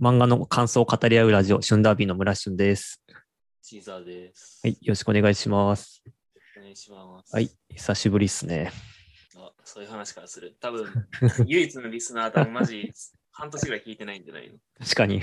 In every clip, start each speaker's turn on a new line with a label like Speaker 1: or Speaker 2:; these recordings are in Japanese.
Speaker 1: 漫画の感想を語り合うラジオ、シュンダービーの村シュンです。
Speaker 2: シーザーです。
Speaker 1: はい、よ。ろしくお願いします。
Speaker 2: お願いします。
Speaker 1: はい。、久しぶりっすね。
Speaker 2: あそういう話からする。多分、唯一のリスナー多分マジ、半年ぐらい聞いてないんじゃないの
Speaker 1: 確かに。い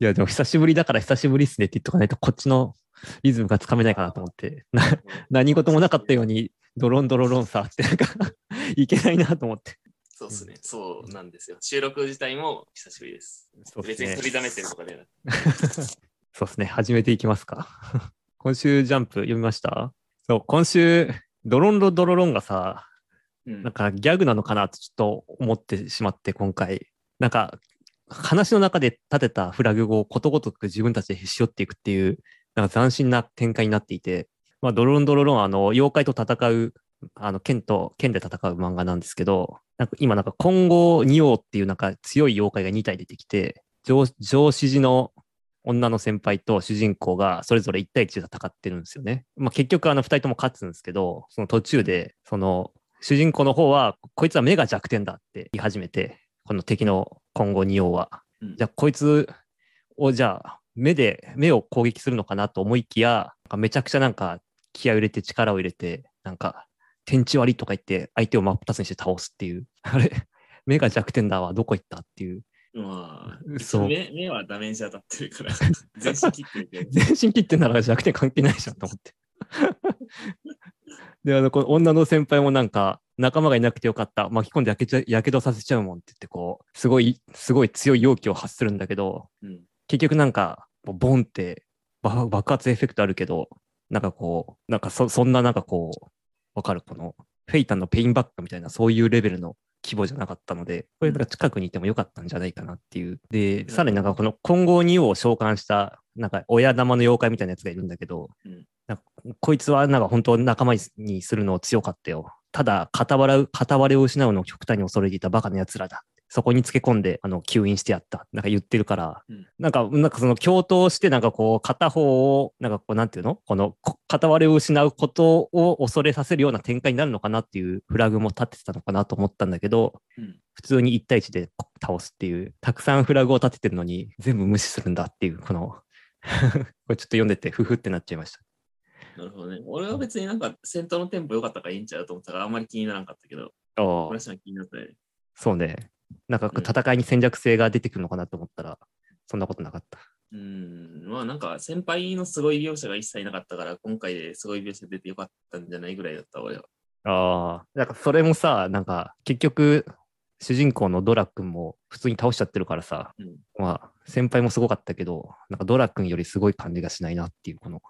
Speaker 1: や、でも久しぶりだから久しぶりっすねって言っとかないと、こっちのリズムがつかめないかなと思って、な 何事もなかったように、ドロンドロロンさって、なんか、 いけないなと思って。
Speaker 2: そうですね。そうなんですよ。収録自体も久しぶりです。
Speaker 1: そうっす
Speaker 2: 別に
Speaker 1: ね
Speaker 2: 取。りだめてるとかではなく。
Speaker 1: そうですね。始めていきますか。 今週ジャンプ読みましたそう、今週、ドロンロドロロンがさ、
Speaker 2: うん
Speaker 1: なんかギャグなのかなとちょっと思ってしまって今回なんか話の中で立てたフラグをことごとく自分たちでへし折っていくっていうなんか斬新な展開になっていて、まあ、ドロンドロロンあの妖怪と戦うあの剣と剣で戦う漫画なんですけどなんか今なんか今後二王っていうなんか強い妖怪が2体出てきて上上司寺の女の先輩と主人公がそれぞれ1対1で戦ってるんですよね。まあ、結局あの2人とも勝つんですけどその途中でその主人公の方は、こいつは目が弱点だって言い始めて、この敵の今後2王は。
Speaker 2: うん
Speaker 1: じゃあ、こいつを、じゃあ、目で、目を攻撃するのかなと思いきや、なんかめちゃくちゃなんか気合を入れて力を入れて、なんか、天地割りとか言って、相手を真っ二つにして倒すっていう。あれ、目が弱点だわ、どこ行ったっていう。
Speaker 2: まあ、
Speaker 1: そう
Speaker 2: 目目はダメージ当たってるから、 全身切ってるけど。
Speaker 1: 全身切ってんなら弱点関係ないじゃんと思って。 で、あの、この女の先輩もなんか、仲間がいなくてよかった。巻き込んでやけちゃやけどさせちゃうもんって言って、こう、すごい、すごい強い容器を発するんだけど、
Speaker 2: うん
Speaker 1: 結局なんか、もうボンってば爆発エフェクトあるけど、なんかこう、なんかそそんななんかこう、わかるこの、フェイタンのペインバックみたいな、そういうレベルの規模じゃなかったので、これなんか近くにいてもよかったんじゃないかなっていう。で、さらになんかこの混合2王を召喚した、なんか親玉の妖怪みたいなやつがいるんだけど、
Speaker 2: うん
Speaker 1: なんかこいつはなんか本当仲間にするの強かったよ。ただ、片割れ、片割れを失うのを極端に恐れていたバカな奴らだ。そこにつけ込んで、あの、吸引してやった。なんか言ってるから、
Speaker 2: うん
Speaker 1: なんか、なんかその共闘して、なんかこう、片方を、なんかこう、なんていうのこの、こ片割れを失うことを恐れさせるような展開になるのかなっていうフラグも立ててたのかなと思ったんだけど、
Speaker 2: うん
Speaker 1: 普通に1対1で倒すっていう、たくさんフラグを立ててるのに、全部無視するんだっていう、この、 これちょっと読んでて、ふふってなっちゃいました。
Speaker 2: なるほどね。俺は別になんか戦闘のテンポ良かったからいいんちゃうと思ったから、あんまり気にならなかったけど、
Speaker 1: あ
Speaker 2: 村さん気になったよね。
Speaker 1: そうね。なんかこう
Speaker 2: うん
Speaker 1: 戦いに戦略性が出てくるのかなと思ったら、そんなことなかった。
Speaker 2: うーん、まあなんか先輩のすごい描写が一切なかったから、今回ですごい描写出てよかったんじゃないぐらいだった、俺は。
Speaker 1: ああ。なんかそれもさ、なんか結局、主人公のドラ君も普通に倒しちゃってるからさ、
Speaker 2: うん
Speaker 1: まあ先輩もすごかったけど、なんかドラ君よりすごい感じがしないなっていう、この、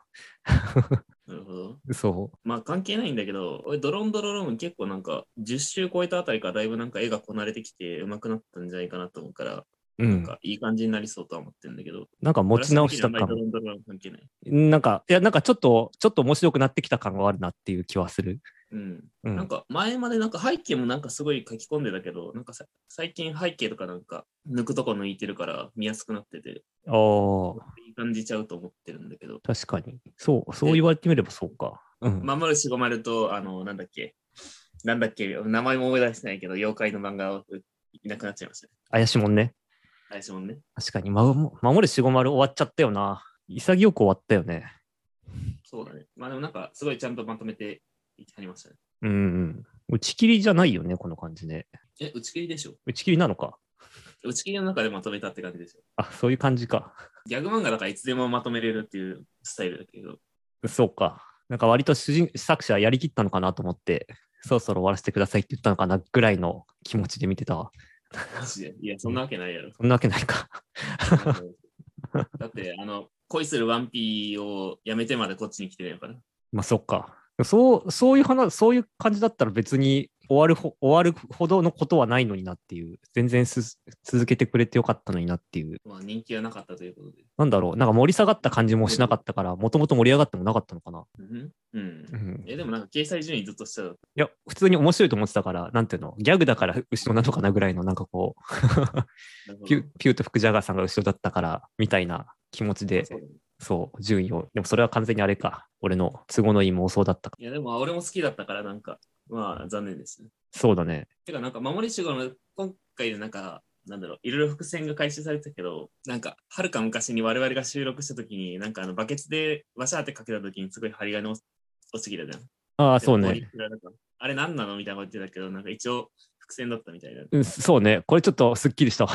Speaker 2: なるほど。
Speaker 1: そ
Speaker 2: まあ関係ないんだけど、俺ドロンドロロン結構なんか10周超えたあたりからだいぶなんか絵がこなれてきて上手くなったんじゃないかなと思うから、
Speaker 1: う。う
Speaker 2: なん
Speaker 1: ん。
Speaker 2: かいい感じになりそうとは思ってるんだけど、
Speaker 1: なんか持ち直した
Speaker 2: 俺は
Speaker 1: 感
Speaker 2: その時にあんまりドロンドロロン関係ない。
Speaker 1: なんか、いや、なんかちょっと、ちょっと面白くなってきた感はあるなっていう気はする。
Speaker 2: うん。
Speaker 1: うん。
Speaker 2: なんか前までなんか背景もなんかすごい書き込んでたけど、なんかさ最近背景とかなんか抜くとこ抜いてるから見やすくなってて、
Speaker 1: あー
Speaker 2: いい感じちゃうと思ってるんだけど、
Speaker 1: 確かに。そう、そう言われてみればそうか。うん。
Speaker 2: まんまるしごまると、あの、なんだっけ、なんだっけ、名前も思い出してないけど、妖怪の漫画をいなくなっちゃいましたね。
Speaker 1: 怪しいもんね。
Speaker 2: 最初もね。
Speaker 1: 確かに、ま、守る四五丸終わっちゃったよな。潔く終わったよね。
Speaker 2: そうだね。まあでもなんか、すごいちゃんとまとめていきはりましたね。
Speaker 1: うん、うん。打ち切りじゃないよね、この感じね。
Speaker 2: え、打ち切りでしょ
Speaker 1: 打ち切りなのか。
Speaker 2: 打ち切りの中でまとめたって感じですよ。
Speaker 1: あ、そういう感じか。
Speaker 2: ギャグ漫画だからいつでもまとめれるっていうスタイルだけど、
Speaker 1: そうか。なんか割と主人作者やりきったのかなと思って、そろそろ終わらせてくださいって言ったのかなぐらいの気持ちで見てたわ。
Speaker 2: マジで。いや、そんなわけないやろ。
Speaker 1: そんなわけないか。
Speaker 2: だって、あの、恋するワンピーをやめてまでこっちに来てるのから。
Speaker 1: まあ、そっか。そう、そういう話、そういう感じだったら別に終わるほ、終わるほどのことはないのになっていう、全然す続けてくれてよかったのになっていう
Speaker 2: まあ人気はなかったということで。
Speaker 1: なんだろう、なんか盛り下がった感じもしなかったから、もともと盛り上がってもなかったのかな。
Speaker 2: うん。
Speaker 1: う
Speaker 2: うん
Speaker 1: ん、い
Speaker 2: え、でもなんか掲載順位ずっとしたら
Speaker 1: や、普通に面白いと思ってたから、なんていうの、ギャグだから後ろなのかなぐらいの、なんかこう、
Speaker 2: なるほど
Speaker 1: ピュピューと福ジャガーさんが後ろだったから、みたいな気持ちで、
Speaker 2: そうだね
Speaker 1: そう、順位を。でもそれは完全にあれか、俺の都合のいい妄想だったか。
Speaker 2: いや、でも俺も好きだったから、なんか、まあ残念ですね。
Speaker 1: そうだね。
Speaker 2: てか、なんか、守り守護の今回でなんか、なんだろう、いろいろ伏線が回収されてたけど、なんか、はるか昔に我々が収録した時に、なんかあの、バケツでわしゃーってかけた時にすごい針金落ちてきたじゃん。
Speaker 1: ああ、そう
Speaker 2: で氷
Speaker 1: ね。
Speaker 2: 振られたあれ何なのみたいなこと言ってたけど、なんか一応伏線だったみたいな。
Speaker 1: うんそうね。これちょっとすっきりしたわ。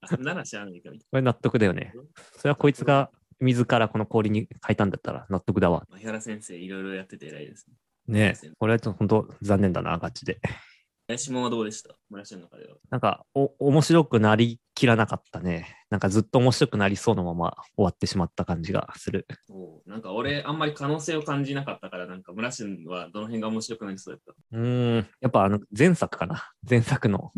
Speaker 2: あそんなら知らないかみたい
Speaker 1: これ納得だよね。それはこいつが自らこの氷に変えたんだったら納得だわ。
Speaker 2: な。まあ、原先生、いろいろやってて偉いですね。
Speaker 1: ねえこれはちょっと本当残念だな、ガチで。
Speaker 2: 林もんはどうでした村氏の中では。
Speaker 1: なんか、お、面白くなりきらなかったね。なんかずっと面白くなりそうのまま終わってしまった感じがする。
Speaker 2: おうなんか俺、あんまり可能性を感じなかったから、なんか村氏はどの辺が面白くなりそうだっ
Speaker 1: うーん。やっぱあの、前作かな。前作 の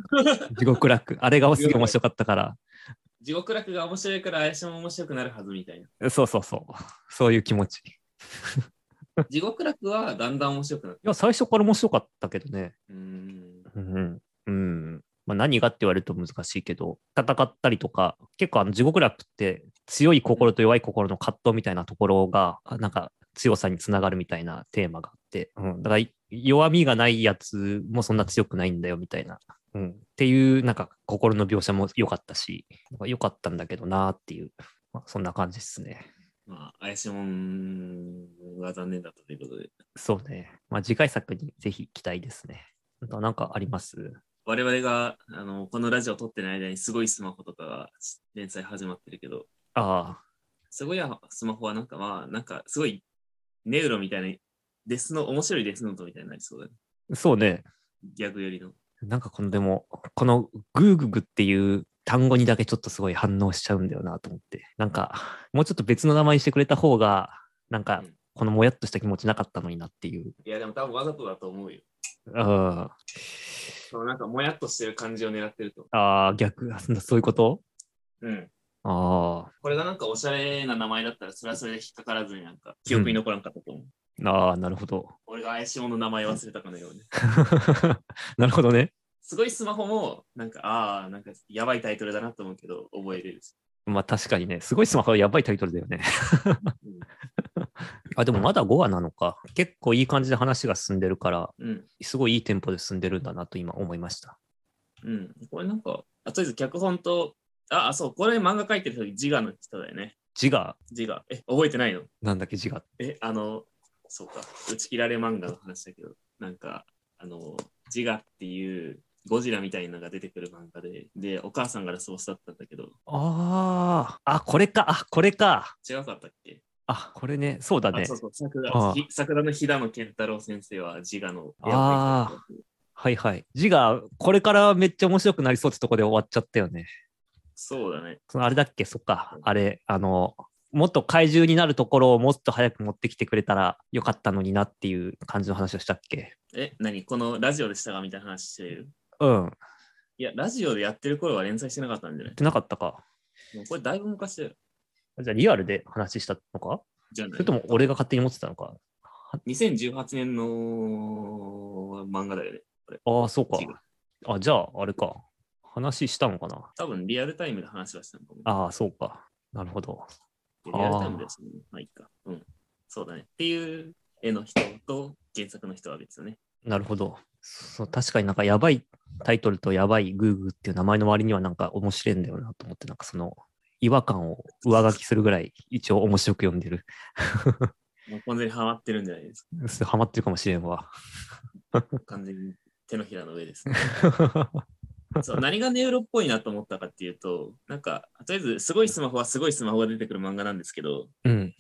Speaker 1: 地獄楽。あれがすげえ面白かったから。
Speaker 2: た地獄楽が面白いから林も面白くなるはずみ たいな。
Speaker 1: そうそうそう。そういう気持ち。い
Speaker 2: 地獄楽はだんだん面白くなる。
Speaker 1: や、最初から面白かったけどね。
Speaker 2: うーん。
Speaker 1: うん。うん。まあ、何がって言われると難しいけど、戦ったりとか、結構あの地獄楽って強い心と弱い心の葛藤みたいなところが、あなんか強さにつながるみたいなテーマがあって、うん、だからい弱みがないやつもそんな強くないんだよみたいな、うん、っていうなんか心の描写も良かったし、なんか良かったんだけどなっていう、まあ、そんな感じですね。
Speaker 2: まあ、林もんは残念だったということで。
Speaker 1: そうね。まあ、次回作にぜひ期待ですね。あとはなんかあります
Speaker 2: 我々があのこのラジオを撮ってない間にすごいスマホとかが連載始まってるけど、
Speaker 1: ああ、
Speaker 2: すごいスマホはなんかまあ、なんかすごいネウロみたいな、デスの、面白いデスノートみたいになりそうだね。
Speaker 1: そうね。
Speaker 2: ギャグよりの。
Speaker 1: なんかこのでも、このグーググっていう単語にだけちょっとすごい反応しちゃうんだよなと思って。なんか、もうちょっと別の名前にしてくれた方が、なんか
Speaker 2: うん、
Speaker 1: このもやっとした気持ちなかったのになっていう。
Speaker 2: いや、でも多分わざとだと思うよ。
Speaker 1: あ
Speaker 2: そのなんかもやっとしてる感じを狙ってると。
Speaker 1: あー、逆、 そんなそういうこと
Speaker 2: うん。
Speaker 1: あ
Speaker 2: これがなんかおしゃれな名前だったら、それはそれで引っかからずになんか記憶に残らんかったと思う。
Speaker 1: ーあー、なるほど。
Speaker 2: 俺が怪しいものの名前忘れたかのように。
Speaker 1: なるほどね。
Speaker 2: すごいスマホも、なんか、ああ、なんかやばいタイトルだなと思うけど、覚えれるし。
Speaker 1: まあ確かにね、すごいスマホはやばいタイトルだよね。 あ、でもまだ5話なのか。結構いい感じで話が進んでるから、
Speaker 2: うん。うん
Speaker 1: すごいいいテンポで進んでるんだなと今思いました。
Speaker 2: うん、これなんか、あとりあえず脚本と、あ、あそう、これ漫画描いてる人、自我の人だよね。
Speaker 1: 字が、
Speaker 2: 自我。え、覚えてないの
Speaker 1: なんだっけ字が。
Speaker 2: え、あの、そうか、打ち切られ漫画の話だけど、なんか、あの、自我っていうゴジラみたいなのが出てくる漫画で、で、お母さんがラスボスだったんだけど、
Speaker 1: ああ、あ、これか、あ、これか。
Speaker 2: 違かったっけ
Speaker 1: あ、これね、そうだ
Speaker 2: あ、
Speaker 1: ね
Speaker 2: そ。うそう、桜
Speaker 1: ああ
Speaker 2: ひ桜の飛騨の健太郎先生は自我の
Speaker 1: あはいはい。字が、これからめっちゃ面白くなりそうってとこで終わっちゃったよね。
Speaker 2: そうだね。
Speaker 1: そのあれだっけ、そっか。あれ、あの、もっと怪獣になるところをもっと早く持ってきてくれたらよかったのになっていう感じの話をしたっけ。
Speaker 2: え、何このラジオでしたかみたいな話してる。
Speaker 1: うん。っ
Speaker 2: いや、ラジオでやってる頃は連載してなかったんじゃない
Speaker 1: てなかったか。
Speaker 2: もうこれだいぶ昔だよ。
Speaker 1: じゃあリアルで話したのか
Speaker 2: じゃない
Speaker 1: それとも俺が勝手に持ってたのか
Speaker 2: 2018年の漫画だよね。
Speaker 1: ああ、そうか
Speaker 2: 違う。
Speaker 1: あ、じゃああれか。話したのかな
Speaker 2: 多分リアルタイムで話はしたのかも。
Speaker 1: ああ、そうか。なるほど。
Speaker 2: リアルタイムですね。まあいいか。うん。そうだね。っていう絵の人と原作の人は別だね。
Speaker 1: なるほど。そう確かになんかやばいタイトルとやばいグーグーっていう名前の割にはなんか面白いんだよなと思って、なんかその違和感を上書きするぐらい一応面白く読んでる。
Speaker 2: もう完全にハマってるんじゃないです
Speaker 1: それハマってるかもしれん わ。
Speaker 2: か。完全に手のひらの上です、ね。そう何がネウロっぽいなと思ったかっていうと、なんか、とりあえずすごいスマホはすごいスマホが出てくる漫画なんですけど、
Speaker 1: うん。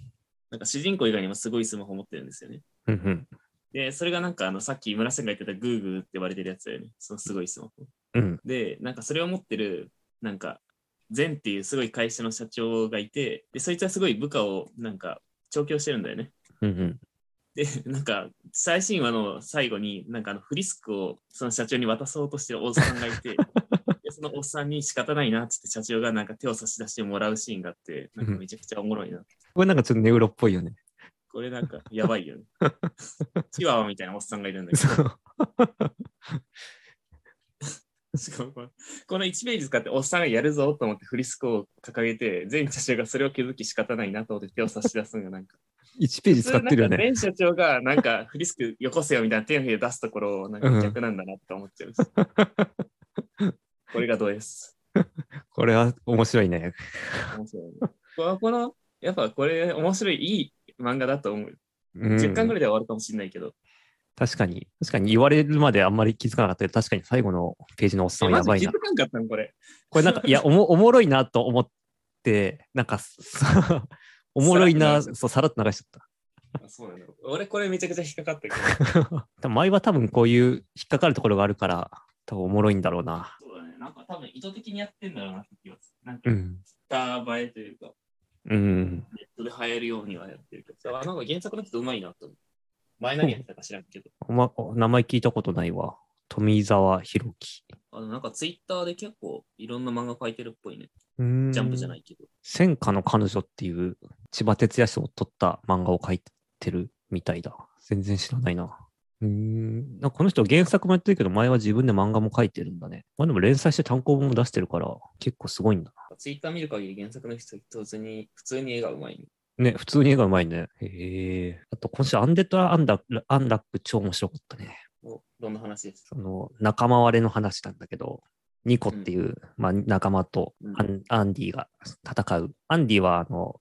Speaker 2: なんか主人公以外にもすごいスマホ持ってるんですよね。
Speaker 1: うんうん。
Speaker 2: で、それがなんかあのさっき村瀬が言ってたグーグーって言われてるやつだよね。そのすごいスマホ。
Speaker 1: うん。
Speaker 2: で、なんかそれを持ってる、なんか、善っていうすごい会社の社長がいて、で、そいつはすごい部下をなんか調教してるんだよね。
Speaker 1: うんうん。
Speaker 2: で、 なんか、最新話の最後に、なんかあのフリスクをその社長に渡そうとしてるおっさんがいて、でそのおっさんに仕方ないなっつって社長がなんか手を差し出してもらうシーンがあって、なんかめちゃくちゃおもろいな。
Speaker 1: これなんかちょっとネウロっぽいよね。
Speaker 2: これなんかやばいよね。チワワみたいなおっさんがいるんだけ ど。
Speaker 1: そう
Speaker 2: しかもこのこの1ページ使っておっさんがやるぞと思ってフリスクを掲げて全社長がそれを気づき仕方ないなと思って手を差し出すの がなんか
Speaker 1: 1ページ使ってるよね。
Speaker 2: 普通なんか全社長がなんかフリスクよこせよみたいな手のひら出すところをなんか逆なんだなって思っちゃうし、これがどうです。
Speaker 1: これは面白いね。
Speaker 2: 面白いねこのこの、やっぱこれ面白い、いい漫画だと思う。
Speaker 1: うん、
Speaker 2: 10巻ぐらいでは終わるかもしれないけど。
Speaker 1: 確かに、確かに言われるまであんまり気づかなかったけど、確かに最後のページのおっさん
Speaker 2: え
Speaker 1: は
Speaker 2: マ
Speaker 1: や
Speaker 2: ジ
Speaker 1: ばい
Speaker 2: 気
Speaker 1: な
Speaker 2: づ。かんかったのこれ。
Speaker 1: これなんか、いやおも、お もろいなと思って、なんか、さ おもろいな、
Speaker 2: さらっと流しちゃっ
Speaker 1: そう、さらっと流しちゃっ
Speaker 2: あそうなんだ。俺これめちゃくちゃ引っかかったけど。
Speaker 1: た。前は多分こういう引っかかるところがあるから、多分おもろいんだろうな。
Speaker 2: そうだね。なんか多分意図的にやってんだろうなって気がする。なんか
Speaker 1: う、ん。
Speaker 2: スター映えというか、
Speaker 1: うん。
Speaker 2: ネットで流行るようにはやってるけど。あなんか原作の人うまいなと 思う。前何やってたか知らんけど。
Speaker 1: おま、お名前聞いたことないわ。富澤弘樹。
Speaker 2: あのなんかツイッターで結構いろんな漫画描いてるっぽいね。
Speaker 1: ジャ。
Speaker 2: ジャンプじゃないいけど。
Speaker 1: 戦火の彼女っていう千葉哲也賞を取った漫画を描いてるみたいだ。全然知らないな。うーん。なんかこの人原作もやってるけど、前は自分で漫画も描いてるんだね。まあでも連載して単行本も出してるから、結構すごいんだ
Speaker 2: ツイッター見る限り原作の人普通に、普通に絵がうまい、ね。
Speaker 1: な。ね、普通に絵がうまいね。へえ。あと今週アンデッド・アンダッアンダック超面白かったね。
Speaker 2: おどんな話です
Speaker 1: その仲間割れの話なんだけど、ニコっていう、まあ、仲間とアン,、アンディが戦う。アンディはあの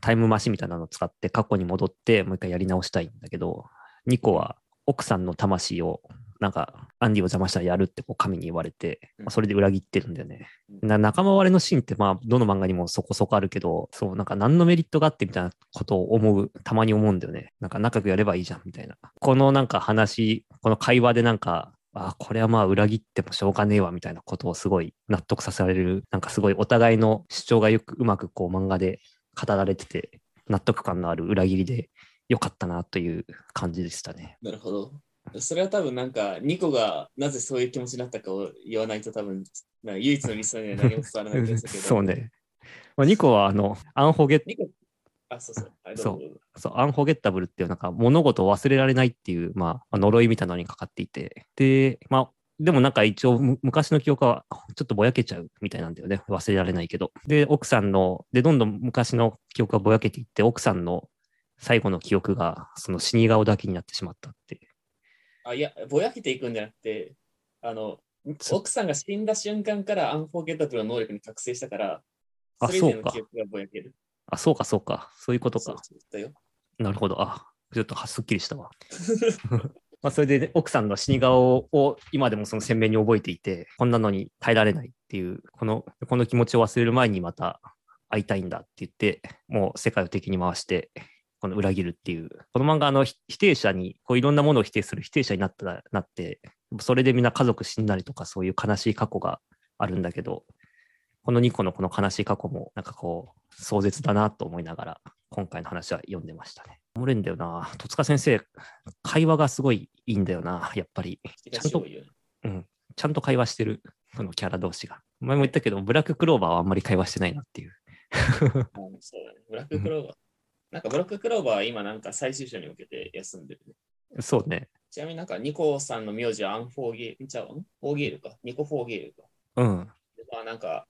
Speaker 1: タイムマシンみたいなのを使って過去に戻ってもう一回やり直したいんだけど、ニコは奥さんの魂をなんかアンディを邪魔したらやるってこう神に言われて、
Speaker 2: うん
Speaker 1: まあそれで裏切ってるんだよね。
Speaker 2: うん
Speaker 1: な仲間割れのシーンってまあどの漫画にもそこそこあるけど、そうなんか何のメリットがあってみたいなことを思う、たまに思うんだよね。なんか仲良くやればいいじゃんみたいな。このなんか話、この会話でなんか、あこれはまあ裏切ってもしょうがねえわみたいなことをすごい納得させられる、なんかすごいお互いの主張がよくうまくこう漫画で語られてて、納得感のある裏切りで良かったなという感じでしたね。
Speaker 2: なるほど。それは多分なんか、ニコがなぜそういう気持ちになったかを言わないと多分、なんか唯一のリスナーには何も伝わらない気がするけ ど。
Speaker 1: そう。ね。まあ、ニコはあの、アンホゲ
Speaker 2: ニコ、あ、そうそう。あどうぞどうぞ
Speaker 1: そう、アンフォゲッタブルっていう、なんか物事を忘れられないっていう、まあ、呪いみたいなのにかかっていて、で、まあ、でもなんか一応む昔の記憶はちょっとぼやけちゃうみたいなんだよね。忘れられないけど。で、奥さんの、で、どんどん昔の記憶がぼやけていって、奥さんの最後の記憶がその死に顔だけになってしまったって。
Speaker 2: あ、いや、ぼやけていくんじゃなくて、あの、
Speaker 1: そう
Speaker 2: 奥さんが死んだ瞬間からアンフォーゲッタブルの能力に覚醒したから、
Speaker 1: あ
Speaker 2: それ以前
Speaker 1: そう
Speaker 2: の
Speaker 1: か
Speaker 2: 記憶がぼやける。
Speaker 1: あ、そうかそうか。そういうこと
Speaker 2: そう
Speaker 1: か。
Speaker 2: そうだよ。
Speaker 1: なるほど。あ、ちょっとはすっきりしたわ。まあそれでね、奥さんの死に顔を今でもその鮮明に覚えていて、こんなのに耐えられないっていう、このこの気持ちを忘れる前にまた会いたいんだって言って、もう世界を敵に回して、この裏切るっていう、この漫画あのひ否定者に、こういろんなものを否定する否定者になったなって、それでみんな家族死んだりとか、そういう悲しい過去があるんだけど、この2個のこの悲しい過去も、なんかこう、壮絶だなと思いながら、今回の話は読んでましたね。おもれんだよな。戸塚先生、会話がすごいいいんだよな、やっぱり。
Speaker 2: 引き出し多いよね
Speaker 1: ちゃんと会話してる、このキャラ同士が。前も言ったけど、ブラッククローバーはあんまり会話してないなっていう。
Speaker 2: あそうだね。ブラッククローバー。なんかブラッククローバーは今なんか最終章に向けて休んでるね。
Speaker 1: そうね。
Speaker 2: ちなみになんかニコさんの名字はアンフォーゲール、ちゃうのフォーゲールか。ニコフォーゲールか。
Speaker 1: うん。
Speaker 2: でまあなんか、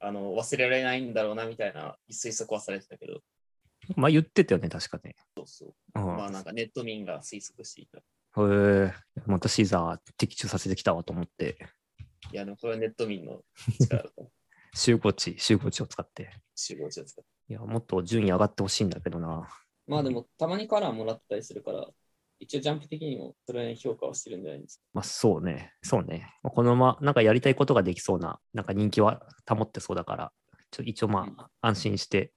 Speaker 2: あの、忘れられないんだろうなみたいな推測はされてたけど、
Speaker 1: まあ言ってたよね、確かね。
Speaker 2: そうそう。
Speaker 1: うん。
Speaker 2: まあなんかネット民が推測していた。い
Speaker 1: へえ。またシーザー的中させてきたわと思って、
Speaker 2: や、でもこれはネット民の力だと思う。
Speaker 1: 集合値、集合値を使って。
Speaker 2: 集合値を使って。
Speaker 1: いや、もっと順位上がってほしいんだけどな。
Speaker 2: まあでも、たまにカラーもらったりするから、一応ジャンプ的にもそれなりに評価はしてるんじゃないんです
Speaker 1: まあそうね、そうね。まあこのまま、なんかやりたいことができそうな、なんか人気は保ってそうだから、ちょ一応
Speaker 2: うん
Speaker 1: まあ安心して、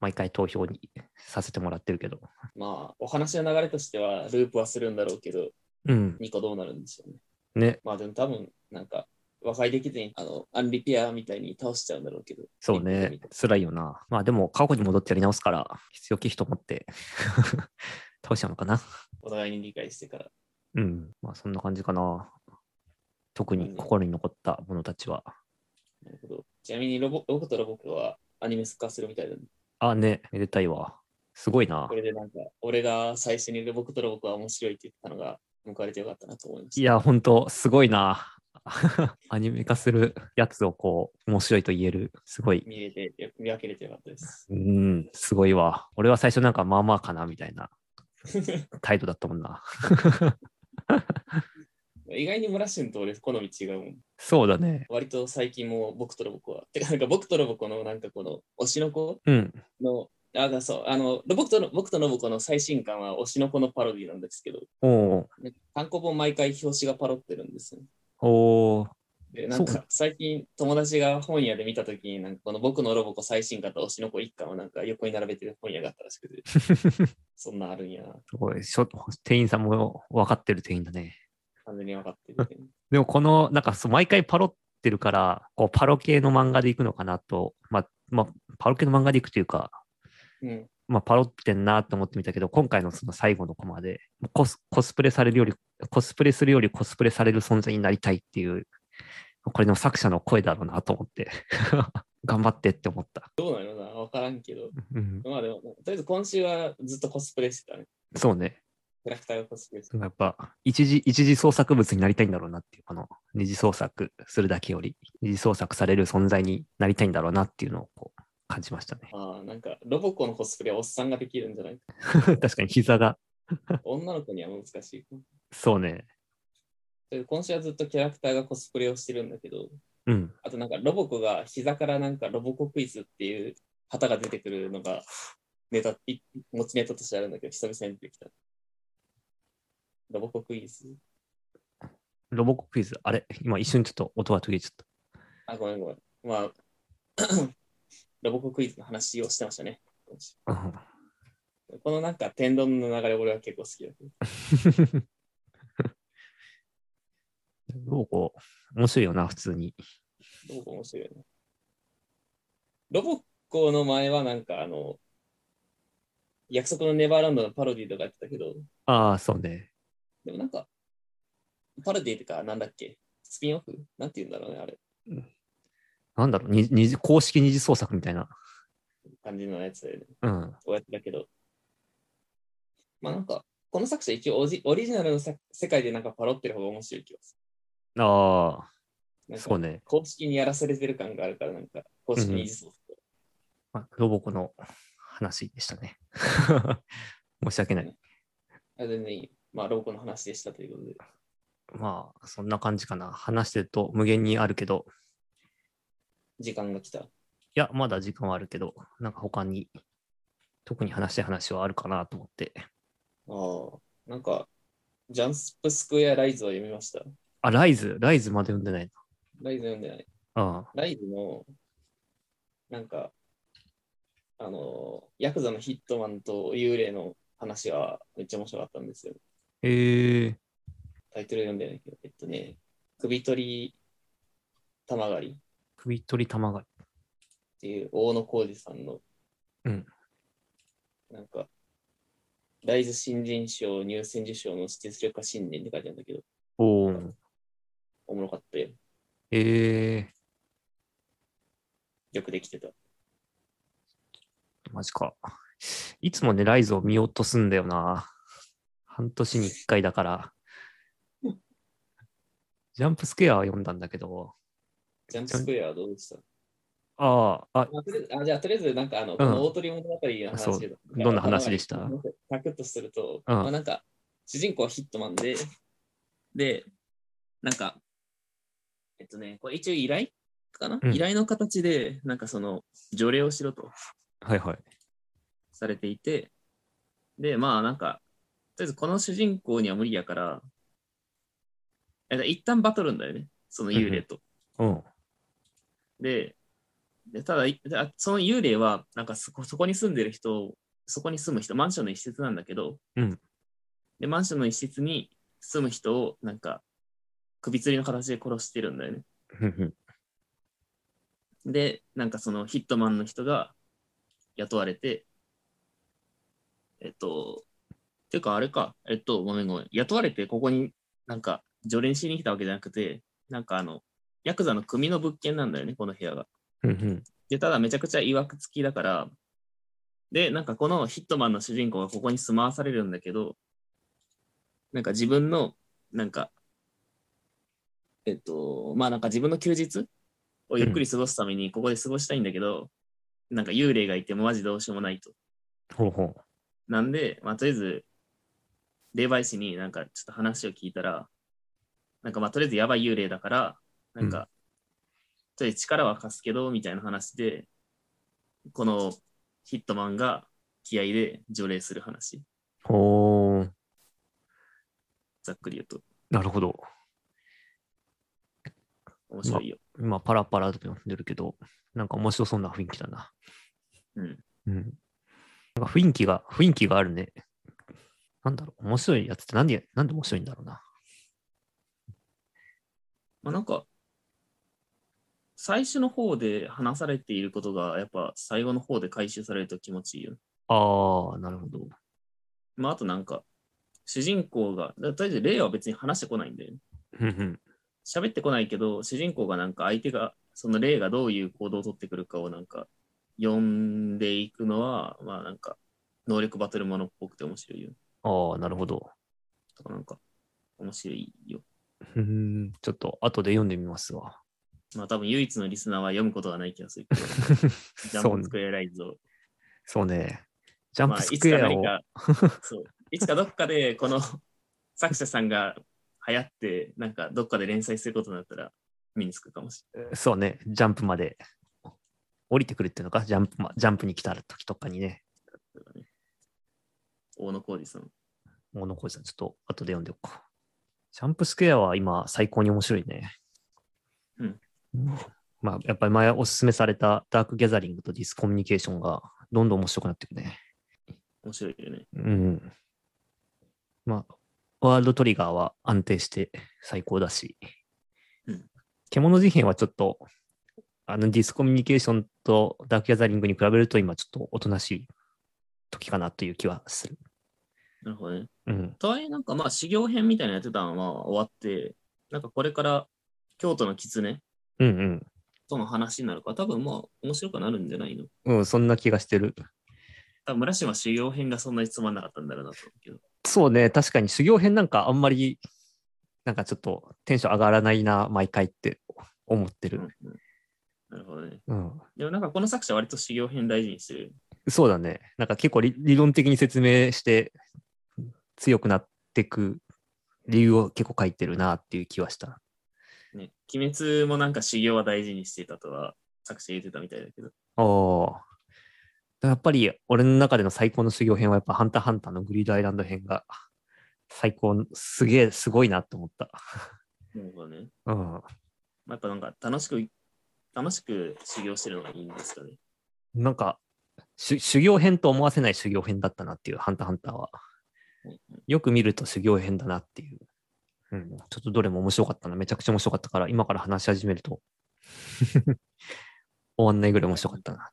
Speaker 1: 毎回投票にさせてもらってるけど。
Speaker 2: か。まあ、お話の流れとしてはループはするんだろうけど、
Speaker 1: うん。
Speaker 2: ニコどうなるんでしょうね。
Speaker 1: ね、
Speaker 2: まあでも多分、なんか、和解できずに、あの、アンリペアみたいに倒しちゃうんだろうけど。
Speaker 1: そうね。辛いよな。まあでも、過去に戻ってやり直すから、必要経費と思って、 倒しちゃうのかな。
Speaker 2: お互いに理解してから。
Speaker 1: うん。まあそんな感じかな。特に心に残ったものたちは。
Speaker 2: なるほど。ちなみにロボ、ロボとロボコはアニメ化するみたいだね。
Speaker 1: あ、ね、めでたいわ。すごいな
Speaker 2: こ。れでなんか、俺が最初にロボコとロボコは面白いって言ったのが報われてよかったなと思いました。
Speaker 1: いや、ほんと、すごいな。 アニメ化するやつをこう、面白いと言える。すごい。
Speaker 2: 見れて、見分けれてよかったです。
Speaker 1: うん、すごいわ。俺は最初なんかまあまあかな、みたいな態度だったもんな。
Speaker 2: 意外に村春と俺好み違うもん。
Speaker 1: そうだね。
Speaker 2: 割と最近も僕とロボコは。てか、なんか僕とロボコのなんかこの推しの子
Speaker 1: うん。
Speaker 2: の、あ、だそう、あの、僕と僕とロボコの最新刊は推しの子のパロディなんですけど、
Speaker 1: おー
Speaker 2: なんか単行本毎回表紙がパロってるんですよ。
Speaker 1: おー
Speaker 2: で、なん
Speaker 1: そう
Speaker 2: か最近友達が本屋で見たときに、なんかこの僕のロボコ最新刊と推しの子一巻をなんか横に並べてる本屋があったらしくて、 そんなんあるんやな、
Speaker 1: すごい。しょ店員さんも分かってる店員だね。
Speaker 2: 完全に分かってるけど。
Speaker 1: でもこの、なんかそう毎回パロってるから、こうパロ系の漫画でいくのかなと、まあ、まあ、パロ系の漫画でいくというか、
Speaker 2: うん。
Speaker 1: まあ、パロってんなと思ってみたけど、今回のその最後のコマでコス、コスプレされるより、コスプレするよりコスプレされる存在になりたいっていう、これの作者の声だろうなと思って、 頑張ってって思った。
Speaker 2: どうなのかな分からんけど。
Speaker 1: うん、
Speaker 2: まあでも、とりあえず今週はずっとコスプレしてたね。
Speaker 1: そうね。
Speaker 2: キャラクターがコスプレして
Speaker 1: やっぱ一時、一次創作物になりたいんだろうなっていう、この二次創作するだけより、二次創作される存在になりたいんだろうなっていうのをこう感じました ね。
Speaker 2: た。ああ、なんかロボコのコスプレはおっさんができるんじゃないか。
Speaker 1: 確かに膝が、
Speaker 2: 女の子には難しい。とり
Speaker 1: そうね。
Speaker 2: あえず今週はずっとキャラクターがコスプレをしてるんだけど、
Speaker 1: うん。
Speaker 2: あとなんかロボコが膝からなんかロボコクイズっていう旗が出てくるのがネタ、い持ちネタとしてあるんだけど、久々に出てきた。ロボコクイズ
Speaker 1: ロボコクイズ、あれ今一瞬ちょっと音が途切れちゃった。
Speaker 2: あ、ごめんごめん。まあ、 ロボコクイズの話をしてましたね。今週
Speaker 1: うん
Speaker 2: このなんか天丼の流れ俺は結構好きだけど。
Speaker 1: ロボコ、面白いよな、普通に。
Speaker 2: ロボコ面白いよね。ロボコの前はなんかあの、約束のネバーランドのパロディとかやってたけど、
Speaker 1: ああ、そうね。
Speaker 2: でもなんか、パロディとかなんだっけスピンオフなんて言うんだろうね、あれ。
Speaker 1: なんだろう、に二次公式二次創作みたいな。
Speaker 2: 感じのやつだよね。
Speaker 1: うん。
Speaker 2: こうやってだけど。まあなんか、この作者一応オジオリジナルのさ世界でなんかパロってる方が面白い気がす
Speaker 1: あ
Speaker 2: る。
Speaker 1: あ、
Speaker 2: なん
Speaker 1: そう
Speaker 2: か
Speaker 1: ね。
Speaker 2: 公式にやらされてる感があるから、なんか、公式に実装する
Speaker 1: まあロボコの話でしたね。 申し訳ない。
Speaker 2: あ全然いい。まあ、ローコの話でしたということで。
Speaker 1: まあ、そんな感じかな。話してると無限にあるけど、
Speaker 2: 時間が来た。
Speaker 1: いや、まだ時間はあるけど、なんか他に、特に話したい話はあるかなと思って。
Speaker 2: ああ、なんか、ジャンスプスクエアライズを読みました。
Speaker 1: あ、ライズ、ライズまで読んでない
Speaker 2: ライズ読んでない。
Speaker 1: な。ああ、
Speaker 2: ライズの、なんか、あの、ヤクザのヒットマンと幽霊の話はめっちゃ面白かったんですよ。
Speaker 1: ええ
Speaker 2: タイトル読んでないけど、えっとね、首取り玉狩り
Speaker 1: 首取り玉が。
Speaker 2: っていう大野浩二さんの、
Speaker 1: うん
Speaker 2: なんか、ライズ新人賞入選受賞の実力化新年って書いてあるんだけど、
Speaker 1: おお。
Speaker 2: おもろかったよ。
Speaker 1: ええ
Speaker 2: よくできてた。
Speaker 1: マジか。いつもね、ライズを見ようとすんだよな。半年に一回だから。ジャンプスクエアは読んだんだけど、
Speaker 2: ジャンプスクエアはどうでした
Speaker 1: ああ、あ、
Speaker 2: あとりあえずあじゃあ、とりあえず、なんかあの、この大鳥物語の話
Speaker 1: そう
Speaker 2: で、
Speaker 1: どんな話でした
Speaker 2: なんかサクッとすると、
Speaker 1: うん
Speaker 2: まあ、なんか、主人公はヒットマンで、で、なんか、えっとね、これ一応依頼かな、
Speaker 1: うん
Speaker 2: 依頼の形で、なんかその、除霊をしろと
Speaker 1: はいはい。
Speaker 2: されていて、で、まあなんか、とりあえずこの主人公には無理やから、えだから一旦バトルんだよね、その幽霊と。
Speaker 1: うん。
Speaker 2: で、でただ、いであその幽霊は、なんかそこそこに住んでる人、そこに住む人、マンションの一室なんだけど、
Speaker 1: うん
Speaker 2: で、マンションの一室に住む人を、なんか、首吊りの形で殺してるんだよね。
Speaker 1: ふんふん
Speaker 2: で、なんかそのヒットマンの人が雇われて、えっと、ていうかあれか、えっと、ごめんごめん、雇われてここになんか常連しに来たわけじゃなくて、なんかあの、ヤクザの組の物件なんだよね、この部屋が。
Speaker 1: ふんふん
Speaker 2: で、ただめちゃくちゃ曰くつきだから、で、なんかこのヒットマンの主人公がここに住まわされるんだけど、なんか自分の、なんか、えっと、まあなんか自分の休日をゆっくり過ごすためにここで過ごしたいんだけど、なんか幽霊がいてもマジどうしようもないと。
Speaker 1: ほうほう。
Speaker 2: なんで、まあとりあえず、霊媒師になんかちょっと話を聞いたら、なんかまあとりあえずやばい幽霊だから、なん
Speaker 1: う
Speaker 2: か、とりあえず力は貸すけど、みたいな話で、このヒットマンが気合で除霊する話、
Speaker 1: おー、
Speaker 2: ざっくり言うと
Speaker 1: なるほど。
Speaker 2: 面白いよ。
Speaker 1: 今、パラパラと読んでるけど、なんか面白そうな雰囲気だな。
Speaker 2: うん。
Speaker 1: うん。なんか雰囲気が、雰囲気があるね。なんだろう、面白いやつってなんで、なんで面白いんだろうな。
Speaker 2: まあなんか、最初の方で話されていることが、やっぱ最後の方で回収されると気持ちいいよね。
Speaker 1: ああ、なるほど。
Speaker 2: まああとなんか、主人公が、だとりあえず霊は別に話してこないんだよね。
Speaker 1: うんうん。
Speaker 2: 喋ってこないけど、主人公がなんか相手が、その霊がどういう行動をとってくるかをなんか、読んでいくのは、まあなんか、能力バトルものっぽくて面白いよ。
Speaker 1: ああ、なるほど。
Speaker 2: とかなんか、面白いよ。
Speaker 1: うん、ちょっと後で読んでみますわ。
Speaker 2: まあ多分唯一のリスナーは読むことがない気がするけど、ジ ャ
Speaker 1: そう
Speaker 2: ンプスクエアライズを。
Speaker 1: そうね。ジャン
Speaker 2: まあ
Speaker 1: プス
Speaker 2: い
Speaker 1: ク
Speaker 2: つ
Speaker 1: エ
Speaker 2: か
Speaker 1: アを
Speaker 2: 何。か、そう。いつかどっかで、この作者さんが流行って、なんかどっかで連載することになったら、身につくかもし
Speaker 1: そうね、ジャンプまで降りてくるっていうのか、ジャンプ,、ま、ジャンプに来た時とかにね、
Speaker 2: れない、ね。大野浩二さん。
Speaker 1: ものこじさん、ちょっと後で読んでおこう。ジャンプスクエアは今、最高に面白いね。
Speaker 2: うん。
Speaker 1: まあ、やっぱり前おすすめされたダークギャザリングとディスコミュニケーションがどんどん面白くなっていくね。
Speaker 2: 面白いよね。
Speaker 1: うん。まあ、ワールドトリガーは安定して最高だし、
Speaker 2: うん
Speaker 1: 獣事変はちょっと、あのディスコミュニケーションとダークギャザリングに比べると今ちょっとおとなしい時かなという気はする。
Speaker 2: なるほどね。
Speaker 1: うん。
Speaker 2: とはいえ、なんかまあ、修行編みたいなのやってたのは終わって、なんかこれから京都の狐
Speaker 1: うん
Speaker 2: との話になるから、多分まあ、面白くなるんじゃないの
Speaker 1: うん。うん、そんな気がしてる。
Speaker 2: 多分村島修行編がそんなにつまんなかったんだろうなと思うけど。
Speaker 1: そうね、確かに修行編なんかあんまり、なんかちょっとテンション上がらないな、毎回って思って
Speaker 2: う
Speaker 1: る。
Speaker 2: んうんなるほどね。
Speaker 1: うん。
Speaker 2: でもなんかこの作者割と修行編大事にしてる。
Speaker 1: そうだね。なんか結構理理論的に説明して強くなってく理由を結構書いてるなっていう気はした。
Speaker 2: ね。鬼滅もなんか修行は大事にしていたとは作者言ってたみたいだけど。
Speaker 1: おやっぱり俺の中での最高の修行編はやっぱハンターハンターのグリードアイランド編が最高、すげえすごいなと思った。
Speaker 2: なるほどね。
Speaker 1: うん。
Speaker 2: まあ、やっぱなんか楽しく、楽しく修行してるのがいいんですかね。
Speaker 1: なんかし修行編と思わせない修行編だったなっていうハンターハンターは
Speaker 2: うんうん
Speaker 1: よく見ると修行編だなっていう。うん、ちょっとどれも面白かったな。めちゃくちゃ面白かったから、今から話し始めると終わんないぐらい面白かったな。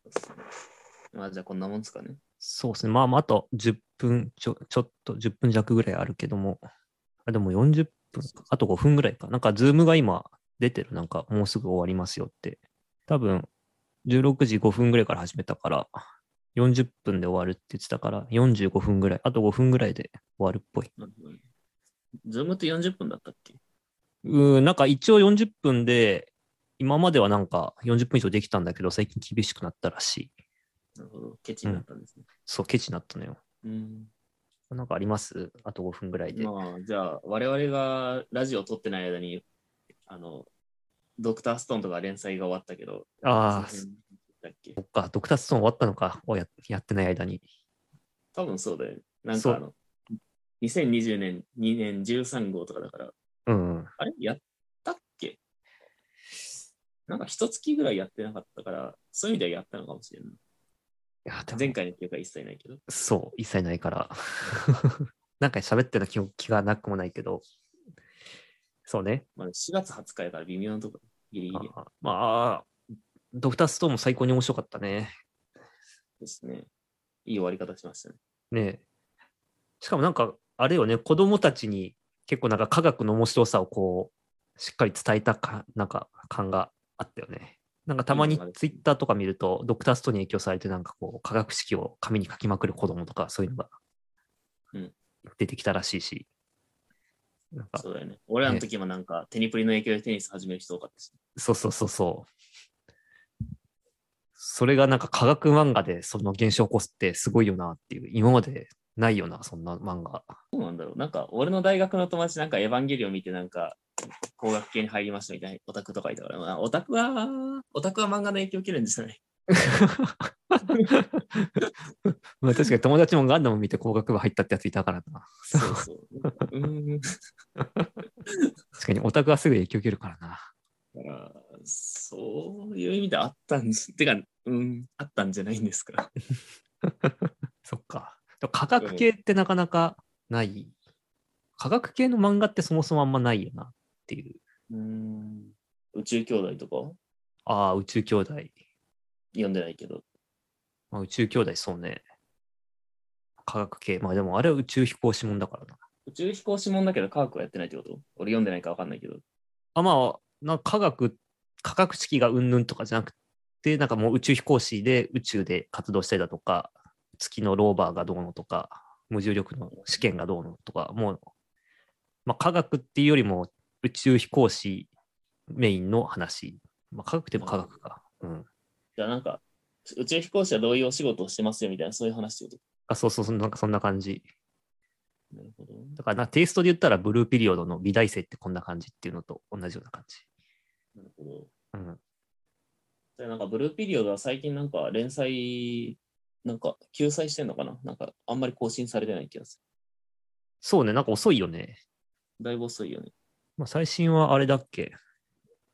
Speaker 2: まあじゃあこんなもんですかね。
Speaker 1: そうですね。まあまあ、あと10分ちょ、ちょっと10分弱ぐらいあるけども、あでも40分か、あと5分ぐらいか。なんか、ズームが今出てる。なんか、もうすぐ終わりますよって。多分、16時5分ぐらいから始めたから、40分で終わるって言ってたから、45分ぐらい、あと5分ぐらいで終わるっぽい。
Speaker 2: なるほどねズームって40分だったっけ
Speaker 1: うーん、なんか一応40分で、今まではなんか40分以上できたんだけど、最近厳しくなったらしい。
Speaker 2: なるほど。ケチになったんですね。
Speaker 1: そう、ケチになったのよ。
Speaker 2: うん。
Speaker 1: なんかありますあと5分ぐらいで。
Speaker 2: まあ、じゃあ、我々がラジオを撮ってない間に、あの、ドクターストーンとか連載が終わったけど、
Speaker 1: ああ、
Speaker 2: その
Speaker 1: そ
Speaker 2: 辺だっけ
Speaker 1: っか、ドクターストーン終わったのか、おややってない間に。
Speaker 2: 多分そうだよね。なん
Speaker 1: そう
Speaker 2: かあの、2020年2年13号とかだから、
Speaker 1: うんうん。
Speaker 2: あれやったっけなんか一月ぐらいやってなかったから、そういう意味ではやったのかもしれない。
Speaker 1: いやでも
Speaker 2: 前回の記憶は一切ないけど。
Speaker 1: そう、一切ないから。 なんか喋ってる気も気がなくもないけど。そうね。
Speaker 2: まあ、4月20日やから微妙なとこ、ギリギ
Speaker 1: あ
Speaker 2: リ
Speaker 1: ーまあ、ドクターストーンも最高に面白かったね。
Speaker 2: ですね。いい終わり方しましたね。
Speaker 1: ねえしかもなんか、あれよね、子供たちに結構なんか科学の面白さをこう、しっかり伝えたか、なんか感があったよね。なんかたま
Speaker 2: いい
Speaker 1: に
Speaker 2: のができ
Speaker 1: ツイッターとか見ると、ドクターストーンに影響されてなんかこう、科学式を紙に書きまくる子供とかそういうのが
Speaker 2: うん
Speaker 1: 出てきたらしいし。なんか
Speaker 2: そうだよね。俺らの時もなんか、テニプリの影響でテニス始める人多かったし。
Speaker 1: そうそうそうそう。それがなんか科学漫画でその現象を起こすってすごいよなっていう、今までないよな、そんな漫画。
Speaker 2: どうなんだろう。なんか、俺の大学の友達なんかエヴァンゲリオン見てなんか、工学系に入りましたみたいなオタクとかいたから、まあ、オタクは、オタクは漫画の影響を受けるんじゃない
Speaker 1: まあ確かに友達もガンダム見て工学部入ったってやついたからな。
Speaker 2: そうそう。うーん。だ
Speaker 1: 確かにオタクはすぐ影響受けるからな。
Speaker 2: から、そういう意味であったんです。てか、うん、あったんじゃないんですか。
Speaker 1: そっか。でも科学系ってなかなかない。科学系の漫画ってそもそもあんまないよなっていう。
Speaker 2: うん。宇宙兄弟とか
Speaker 1: ああ、宇宙兄弟。
Speaker 2: 読んでないけど。
Speaker 1: まあ、宇宙兄弟そうね。科学系。まあでもあれは宇宙飛行士もんだからな。
Speaker 2: 宇宙飛行士もんだけど科学はやってないってこと俺読んでないか分かんないけど。
Speaker 1: あまあ、なんか科学、科学式がうんぬんとかじゃなくて、なんかもう宇宙飛行士で宇宙で活動したりだとか、月のローバーがどうのとか、無重力の試験がどうのとか、もう、まあ、科学っていうよりも宇宙飛行士メインの話。まあ、科学でも科学か。うん。
Speaker 2: じゃあなんか、宇宙飛行士はどういうお仕事をしてますよみたいな、そういう話ってこ
Speaker 1: あそうそうそう、なんかそんな感じ。
Speaker 2: となるほど。
Speaker 1: だからなテイストで言ったら、ブルーピリオドの美大生ってこんな感じっていうのと同じような感じ。
Speaker 2: なるほど。
Speaker 1: うん。
Speaker 2: でなんかブルーピリオドは最近なんか連載、なんか救済してんのかななんかあんまり更新されてない気がす
Speaker 1: そうね、なんか遅いよね。
Speaker 2: る。だいぶ遅いよね。
Speaker 1: まあ、最新はあれだっけ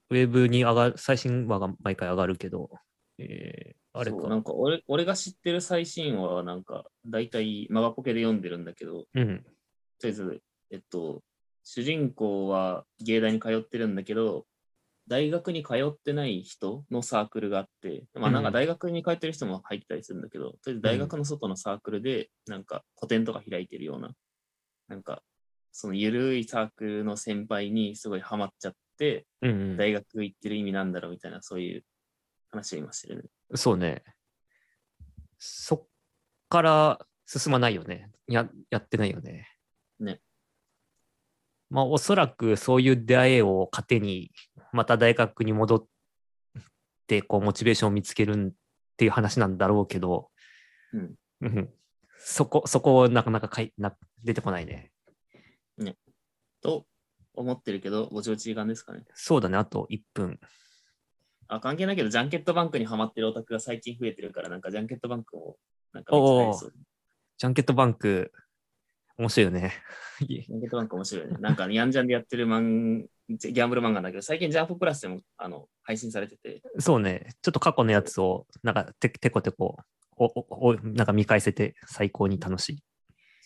Speaker 1: ウェブに上がる、最新話が毎回上がるけど、えー、あれか。
Speaker 2: そうなんか俺俺が知ってる最新話はなんか大体マガポケで読んでるんだけど、
Speaker 1: うん。
Speaker 2: とりあえず、えっと、主人公は芸大に通ってるんだけど、大学に通ってない人のサークルがあって、まあなん
Speaker 1: う
Speaker 2: か
Speaker 1: ん
Speaker 2: 大学に通ってる人も入ったりするんだけど、とりあえず大学の外のサークルで、なんか個展とか開いてるような、なんか、その緩いサークルの先輩にすごいハマっちゃって、
Speaker 1: うん、う
Speaker 2: 大学行ってる意味なんだろうみたいな、そういう話を今してるね。
Speaker 1: ん。そうね。そっから進まないよね。や、やってないよね。
Speaker 2: ね。
Speaker 1: まあ、おそらくそういう出会いを糧に、また大学に戻って、こう、モチベーションを見つけるんっていう話なんだろうけど、
Speaker 2: うん。
Speaker 1: うん。そこ、そこをなかなかかいな出てこないね。
Speaker 2: と思ってるけど、ご承知時間ですかね。
Speaker 1: そうだね、あと1分。
Speaker 2: あ、関係ないけど、ジャンケットバンクにハマってるオタクが最近増えてるから、なんかジャンケットバンクも、なんか見てたりそう。
Speaker 1: ジャンケットバンク、面白いよね。
Speaker 2: ジャンケットバンク面白いよね。なんか、ヤンジャンでやってるマン、ギャンブル漫画なんだけど、最近ジャンププラスでも、あの、配信されてて、
Speaker 1: そうね、ちょっと過去のやつを、なんかて、てこてこ、お、お、おなんか見返せて最高に楽しい。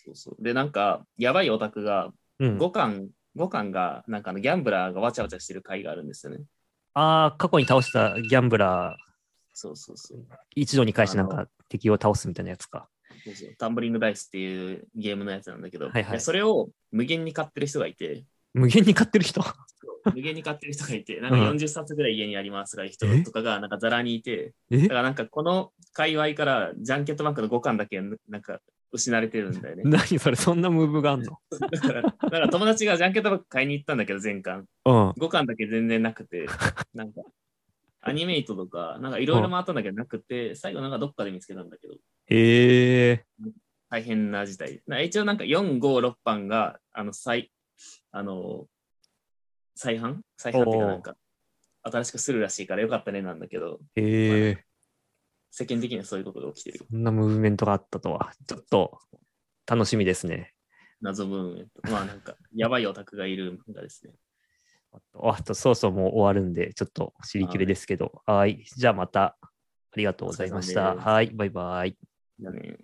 Speaker 2: そうそう。で、なんか、やばいオタクが、
Speaker 1: うん。
Speaker 2: 5巻、五巻が、なんかあの、ギャンブラーがわちゃわちゃしてる回があるんですよね。
Speaker 1: ああ、過去に倒したギャンブラー、
Speaker 2: そうそうそう。
Speaker 1: 一度に返しなん
Speaker 2: あ
Speaker 1: か敵を倒すみたいなやつか。
Speaker 2: そうそうタンブリングダイスっていうゲームのやつなんだけど、
Speaker 1: はいはい
Speaker 2: でそれを無限に買ってる人がいて、
Speaker 1: 無限に買ってる人
Speaker 2: 無限に買ってる人がいて、なんか
Speaker 1: うん
Speaker 2: 40冊ぐらい家にありますが、人
Speaker 1: え
Speaker 2: とかがなんかザラにいて、
Speaker 1: え
Speaker 2: だからなんかこの界隈からジャンケットバンクの5巻だけなんか失われてるんだよね。
Speaker 1: 何それ、そんなムーブがあんの
Speaker 2: だからだから友達がジャンケットバンク買いに行ったんだけど、前巻。
Speaker 1: うん。
Speaker 2: 5巻だけ全然なくて、なんかアニメイトとか、なんかいろいろ回ったんだけどなくて、最後なんかどっかで見つけたんだけど、
Speaker 1: へえ。
Speaker 2: 大変な事態。な一応なんか4、5、6版が、あの、再、あの、再販再販っていうかなんか、新しくするらしいからよかったねなんだけど、
Speaker 1: へえ。
Speaker 2: 世間的にはそういうことが起きてる。
Speaker 1: そんなムーブメントがあったとは、ちょっと楽しみですね。
Speaker 2: 謎ブーム。まあなんか、やばいオタクがいる漫画ですね。
Speaker 1: あとあと、そうそう、もう終わるんで、ちょっと尻切れですけど。はい。じゃあまた、ありがとうございました。
Speaker 2: お疲れ様です
Speaker 1: はい。バイバイ。
Speaker 2: だね。